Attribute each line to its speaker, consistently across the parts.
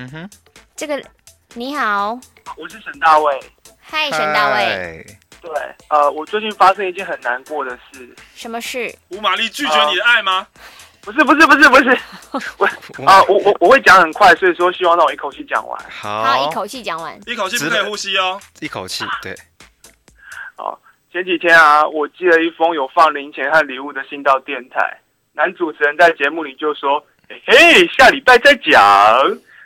Speaker 1: 嗯哼，
Speaker 2: 这个你好，
Speaker 3: 我是沈大卫。
Speaker 2: 嗨，沈大卫，
Speaker 1: 卫，
Speaker 3: 对，呃，我最近发生一件很难过的事，
Speaker 2: 什么事？
Speaker 4: 吴玛丽拒绝你的爱吗？
Speaker 3: 不是不是不是不是，我
Speaker 4: 哦
Speaker 1: 嗯
Speaker 3: 啊、我我我会讲很快，所以说希望让我一口气讲完。
Speaker 2: 好，
Speaker 1: 好
Speaker 2: 一，口气讲完。
Speaker 4: 一口气不可以呼吸哦。
Speaker 1: 一口气，对，
Speaker 3: 哦，前几天啊，我寄了一封有放零钱和礼物的信到电台，男主持人在节目里就说：“嘿嘿，下礼拜再讲。”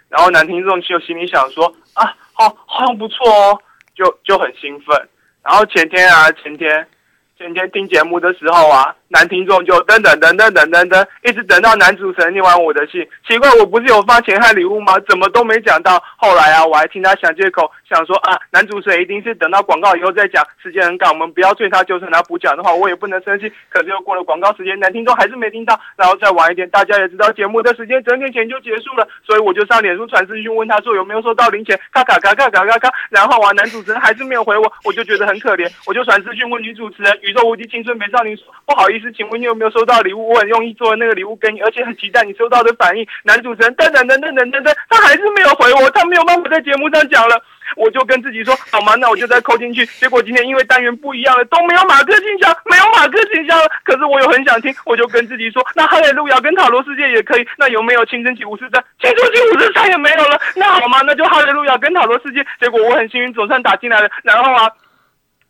Speaker 3: 然后男听众就心里想说：“啊，好，好像不错哦。”就就很兴奋。然后前天啊，前天。前天听节目的时候啊，男听众就等等等等等等等，一直等到男主持人念完我的信。奇怪，我不是有放钱和礼物吗？怎么都没讲到？后来啊，我还听他想借口，想说啊，男主持人一定是等到广告以后再讲，时间很赶，我们不要催他，就算他不讲的话，我也不能生气。可是又过了广告时间，男听众还是没听到，然后再晚一点，大家也知道节目的时间整点前就结束了，所以我就上脸书传私讯问他说有没有收到零钱，咔咔咔咔咔咔咔，然后啊，男主持人还是没有回我，我就觉得很可怜，我就传私讯问女主持人《宇宙无敌青春美少女》说，不好意思，请问你有没有收到礼物？我很用意做的那个礼物给你，而且很期待你收到的反应。男主持人等等等等等等等，他还是没有回我，他没有办法在节目上讲了。我就跟自己说，好吗？那我就再扣进去。结果今天因为单元不一样了，都没有马克信箱，没有马克信箱了。可是我又很想听，我就跟自己说，那哈利路亚跟塔罗世界也可以。那有没有青春期五十三？青春期五十三也没有了。那好吗？那就哈利路亚跟塔罗世界。结果我很幸运，总算打进来了。然后啊。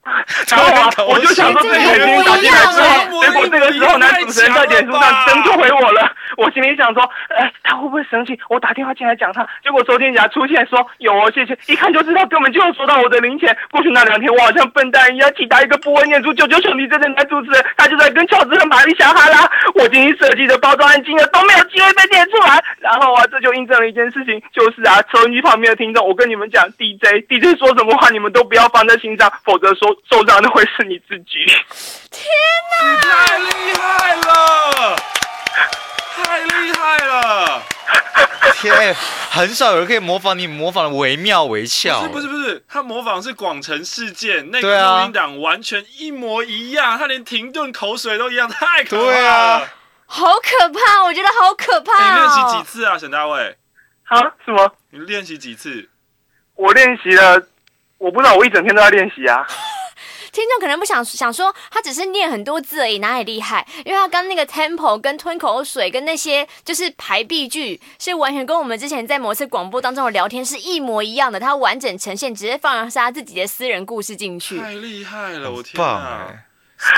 Speaker 3: 然后啊，我就想说这个肯定打进来
Speaker 4: 啊
Speaker 3: 之后，结果这个时候男主持人在脸书上真就回我了。我心里想说，哎，他会不会生气？我打电话进来讲他，结果周天霞出现说有哦，谢谢，一看就知道根本就有收到我的零钱。过去那两天，我好像笨蛋一样，期待一个不会念出《九九兄弟》这的男主持人，他就在跟乔治和玛丽侠哈拉。我精心设计的包装和金额都没有机会被念出来。然后啊，这就印证了一件事情，就是啊，收音机旁边的听众，我跟你们讲，DJ DJ 说什么话，你们都不要放在心上，否则说受伤的会是你自己。
Speaker 4: 你太厉害了，太厉害了！
Speaker 1: 天，很少有人可以模仿你模仿的惟妙惟肖，
Speaker 4: 不是不是不是，他模仿是广城事件那
Speaker 1: 对啊
Speaker 4: 个录音档完全一模一样，他连停顿口水都一样，太可怕了。
Speaker 1: 对啊
Speaker 4: 哎
Speaker 2: 好可怕，我觉得好可
Speaker 4: 你
Speaker 2: 怕
Speaker 4: 练习几
Speaker 2: 哦！
Speaker 4: 次啊，沈大卫？
Speaker 3: 啊？什么？
Speaker 4: 你练习几次？
Speaker 3: 我练习了，我不知道，我一整天都在练 习啊。
Speaker 2: 听众可能不想想说，他只是念很多字而已，哪里厉害？因为他刚那个 tempo 跟吞口水跟那些就是排比句，是完全跟我们之前在某次广播当中的聊天是一模一样的，他完整呈现，直接放上是他自己的私人故事进去。
Speaker 4: 太厉害了，我
Speaker 1: 很
Speaker 4: 天
Speaker 1: 棒
Speaker 4: 啊！
Speaker 1: 哎，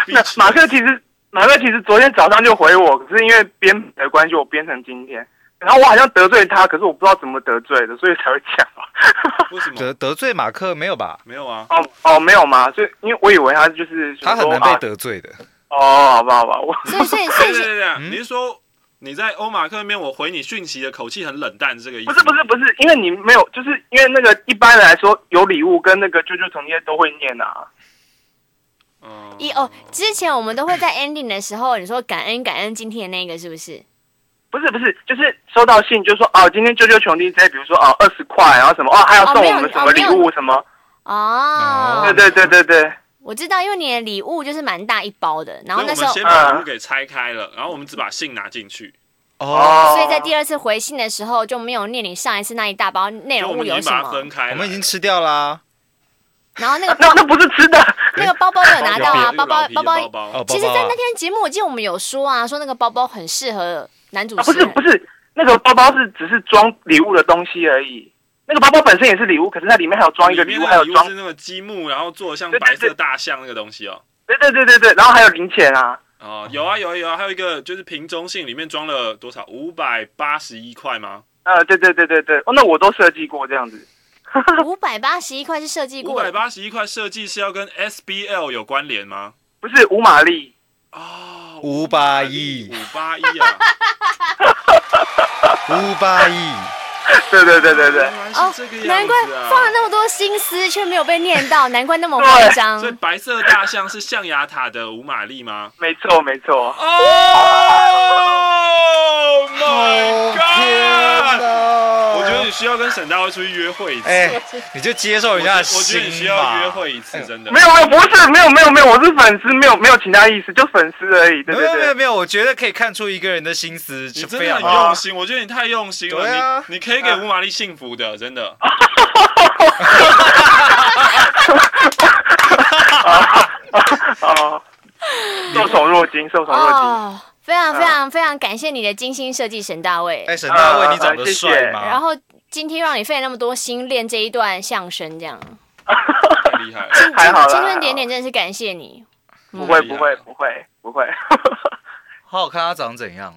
Speaker 3: 那马克其实，马克其实昨天早上就回我，可是因为编辑的关系，我编成今天。然后我好像得罪他，可是我不知道怎么得罪的，所以才会讲啊嘛。
Speaker 4: 为什么？
Speaker 1: 得得罪马克没有吧？
Speaker 4: 没有啊，
Speaker 3: 哦哦，没有嘛，所以因为我以为他就是
Speaker 1: 他很
Speaker 3: 说
Speaker 1: 难
Speaker 3: 啊
Speaker 1: 被得罪的，
Speaker 3: 哦，好吧好 吧，我
Speaker 2: 所以，所以， 所
Speaker 4: 对
Speaker 2: 以
Speaker 4: 对
Speaker 2: 是，
Speaker 4: 对对，
Speaker 1: 嗯
Speaker 4: 你是说你在欧马克那边我回你讯息的口气很冷淡，是这个意思？
Speaker 3: 不是不是，不是，因为你没有，就是因为那个一般来说有礼物跟那个啾啾同业都会念啊。
Speaker 4: 哦
Speaker 2: 一哦，之前我们都会在 ending 的时候，你说感恩感恩今天的那个是不是？
Speaker 3: 不是不是，就是收到信就说哦，今天啾啾穷弟这，比如说哦二十块，然后什么哦还要送我们什么礼物什么，
Speaker 2: 哦，
Speaker 1: 哦
Speaker 3: 对对对对对，
Speaker 2: 我知道，因为你的礼物就是蛮大一包的，然
Speaker 4: 所
Speaker 2: 后
Speaker 4: 以
Speaker 2: 那
Speaker 4: 我
Speaker 2: 时
Speaker 4: 们
Speaker 2: 候，
Speaker 4: 先把礼物给拆开了，然后我们只把信拿进去，
Speaker 1: 哦，
Speaker 3: 哦，
Speaker 2: 所以在第二次回信的时候就没有念你上一次那一大包内
Speaker 4: 所以我
Speaker 2: 容物
Speaker 4: 们已
Speaker 2: 哎有什
Speaker 4: 经把它
Speaker 2: 么
Speaker 4: 分，开了。
Speaker 1: 我们已经吃掉啦，
Speaker 2: 然后那个
Speaker 3: 那那不是 吃的，啊
Speaker 2: 那个包包有拿到啊，
Speaker 4: 有
Speaker 2: 包包包
Speaker 4: 包
Speaker 2: 包，
Speaker 4: 包，
Speaker 1: 哦，
Speaker 2: 其实，
Speaker 1: 包
Speaker 2: 在
Speaker 1: 包啊
Speaker 2: 那天节目我记得我们有说啊，说那个包包很适合男主
Speaker 3: 啊
Speaker 2: 持
Speaker 3: 不是
Speaker 2: 人，
Speaker 3: 不是，那个包包是只是装礼物的东西而已。那个包包本身也是礼物，可是它里面还有装一个
Speaker 4: 里
Speaker 3: 礼
Speaker 4: 面
Speaker 3: 物，
Speaker 4: 的
Speaker 3: 还有
Speaker 4: 礼物
Speaker 3: 装
Speaker 4: 是那个积木，然后做得像
Speaker 3: 对对
Speaker 4: 白色
Speaker 3: 对
Speaker 4: 大象那个东西哦。
Speaker 3: 对对对对对，然后还有零钱啊。
Speaker 4: 哦，有啊有啊有啊，还有一个就是瓶中信里面装了多少？五百八十一块吗？
Speaker 3: 呃，对对对对对，哦，那我都设计过这样子。
Speaker 2: 五百八十一块是设计
Speaker 4: 五
Speaker 2: 过
Speaker 4: 百
Speaker 2: 的，
Speaker 4: 八十一块设计是要跟 SBL 有关联吗？
Speaker 3: 不是五马力，
Speaker 4: 哦，
Speaker 1: 啊五八一
Speaker 4: 五八一啊，
Speaker 1: 五八亿，
Speaker 3: 对对对对对，
Speaker 4: 原来
Speaker 2: 哦
Speaker 4: 是这个样子啊
Speaker 2: 难怪放了那么多心思却没有被念到，难怪那么慌张
Speaker 4: 所以。白色大象是象牙塔的五马力吗？
Speaker 3: 没错没错。
Speaker 4: 哦、
Speaker 1: 哦
Speaker 3: Oh
Speaker 4: my god！
Speaker 1: 哪
Speaker 4: Oh，我觉得你需要跟沈大会出去约会一次。
Speaker 1: 哎，你就接受
Speaker 4: 我
Speaker 1: 人
Speaker 4: 觉
Speaker 1: 家
Speaker 4: 得
Speaker 1: 的
Speaker 4: 我觉得你需
Speaker 1: 心
Speaker 4: 要
Speaker 1: 吧。哎
Speaker 4: 约会一次，真的。
Speaker 3: 没有没啊有，不是没有没有没有，我是粉丝，没有没有其他意思，就粉丝而已。
Speaker 1: 没
Speaker 3: 对对
Speaker 1: 有没有
Speaker 3: 对，
Speaker 1: 没有，我觉得可以看出一个人的心思
Speaker 4: 你
Speaker 1: 是
Speaker 4: 真
Speaker 1: 非
Speaker 4: 的
Speaker 1: 常
Speaker 4: 很
Speaker 1: 好。啊
Speaker 4: 用心，我觉得你太用心
Speaker 1: 对
Speaker 4: 了
Speaker 1: 啊。
Speaker 4: 你你可以给吴玛丽幸福的，真的。
Speaker 3: 哦， 受宠若惊，受宠若惊。
Speaker 2: 哦，非常非常非常感谢你的精心设计，沈大卫。
Speaker 1: 哎，沈大卫，你长
Speaker 3: 啊
Speaker 1: 得
Speaker 3: 谢谢
Speaker 1: 帅
Speaker 2: 然
Speaker 1: 吗？
Speaker 2: 后今天让你费了那么多心练这一段相声，这样
Speaker 4: 太厉害了！
Speaker 3: 还好啦
Speaker 2: 青春
Speaker 3: 还
Speaker 2: 点
Speaker 3: 好
Speaker 2: 点真的是感谢你。
Speaker 3: 不
Speaker 1: 哎
Speaker 3: 会不会不会不会，
Speaker 1: 好好看他长怎样？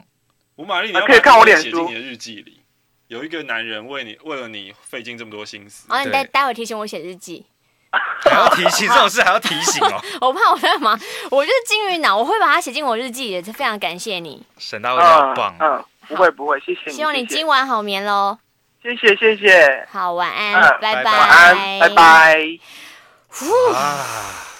Speaker 4: 吴玛丽，你要
Speaker 3: 可以看我脸书
Speaker 4: 写进你的日记里。有一个男人为你为了你费尽这么多心思，
Speaker 2: 然后你待
Speaker 1: 对
Speaker 2: 待会提醒我写日记，
Speaker 1: 还要提 醒这种事还要提醒哦。
Speaker 2: 我怕我在忙，我就是金鱼脑，我会把它写进我日记里的，非常感谢你，
Speaker 1: 沈大卫好
Speaker 3: 嗯
Speaker 1: 棒，啊
Speaker 3: 嗯，不会不会，谢谢你，
Speaker 2: 希望你
Speaker 3: 谢谢
Speaker 2: 今晚好眠喽。
Speaker 3: 谢谢谢谢，
Speaker 2: 好，晚安，
Speaker 3: 嗯
Speaker 2: 拜
Speaker 1: 拜
Speaker 3: 晚安，拜拜。
Speaker 1: 啊！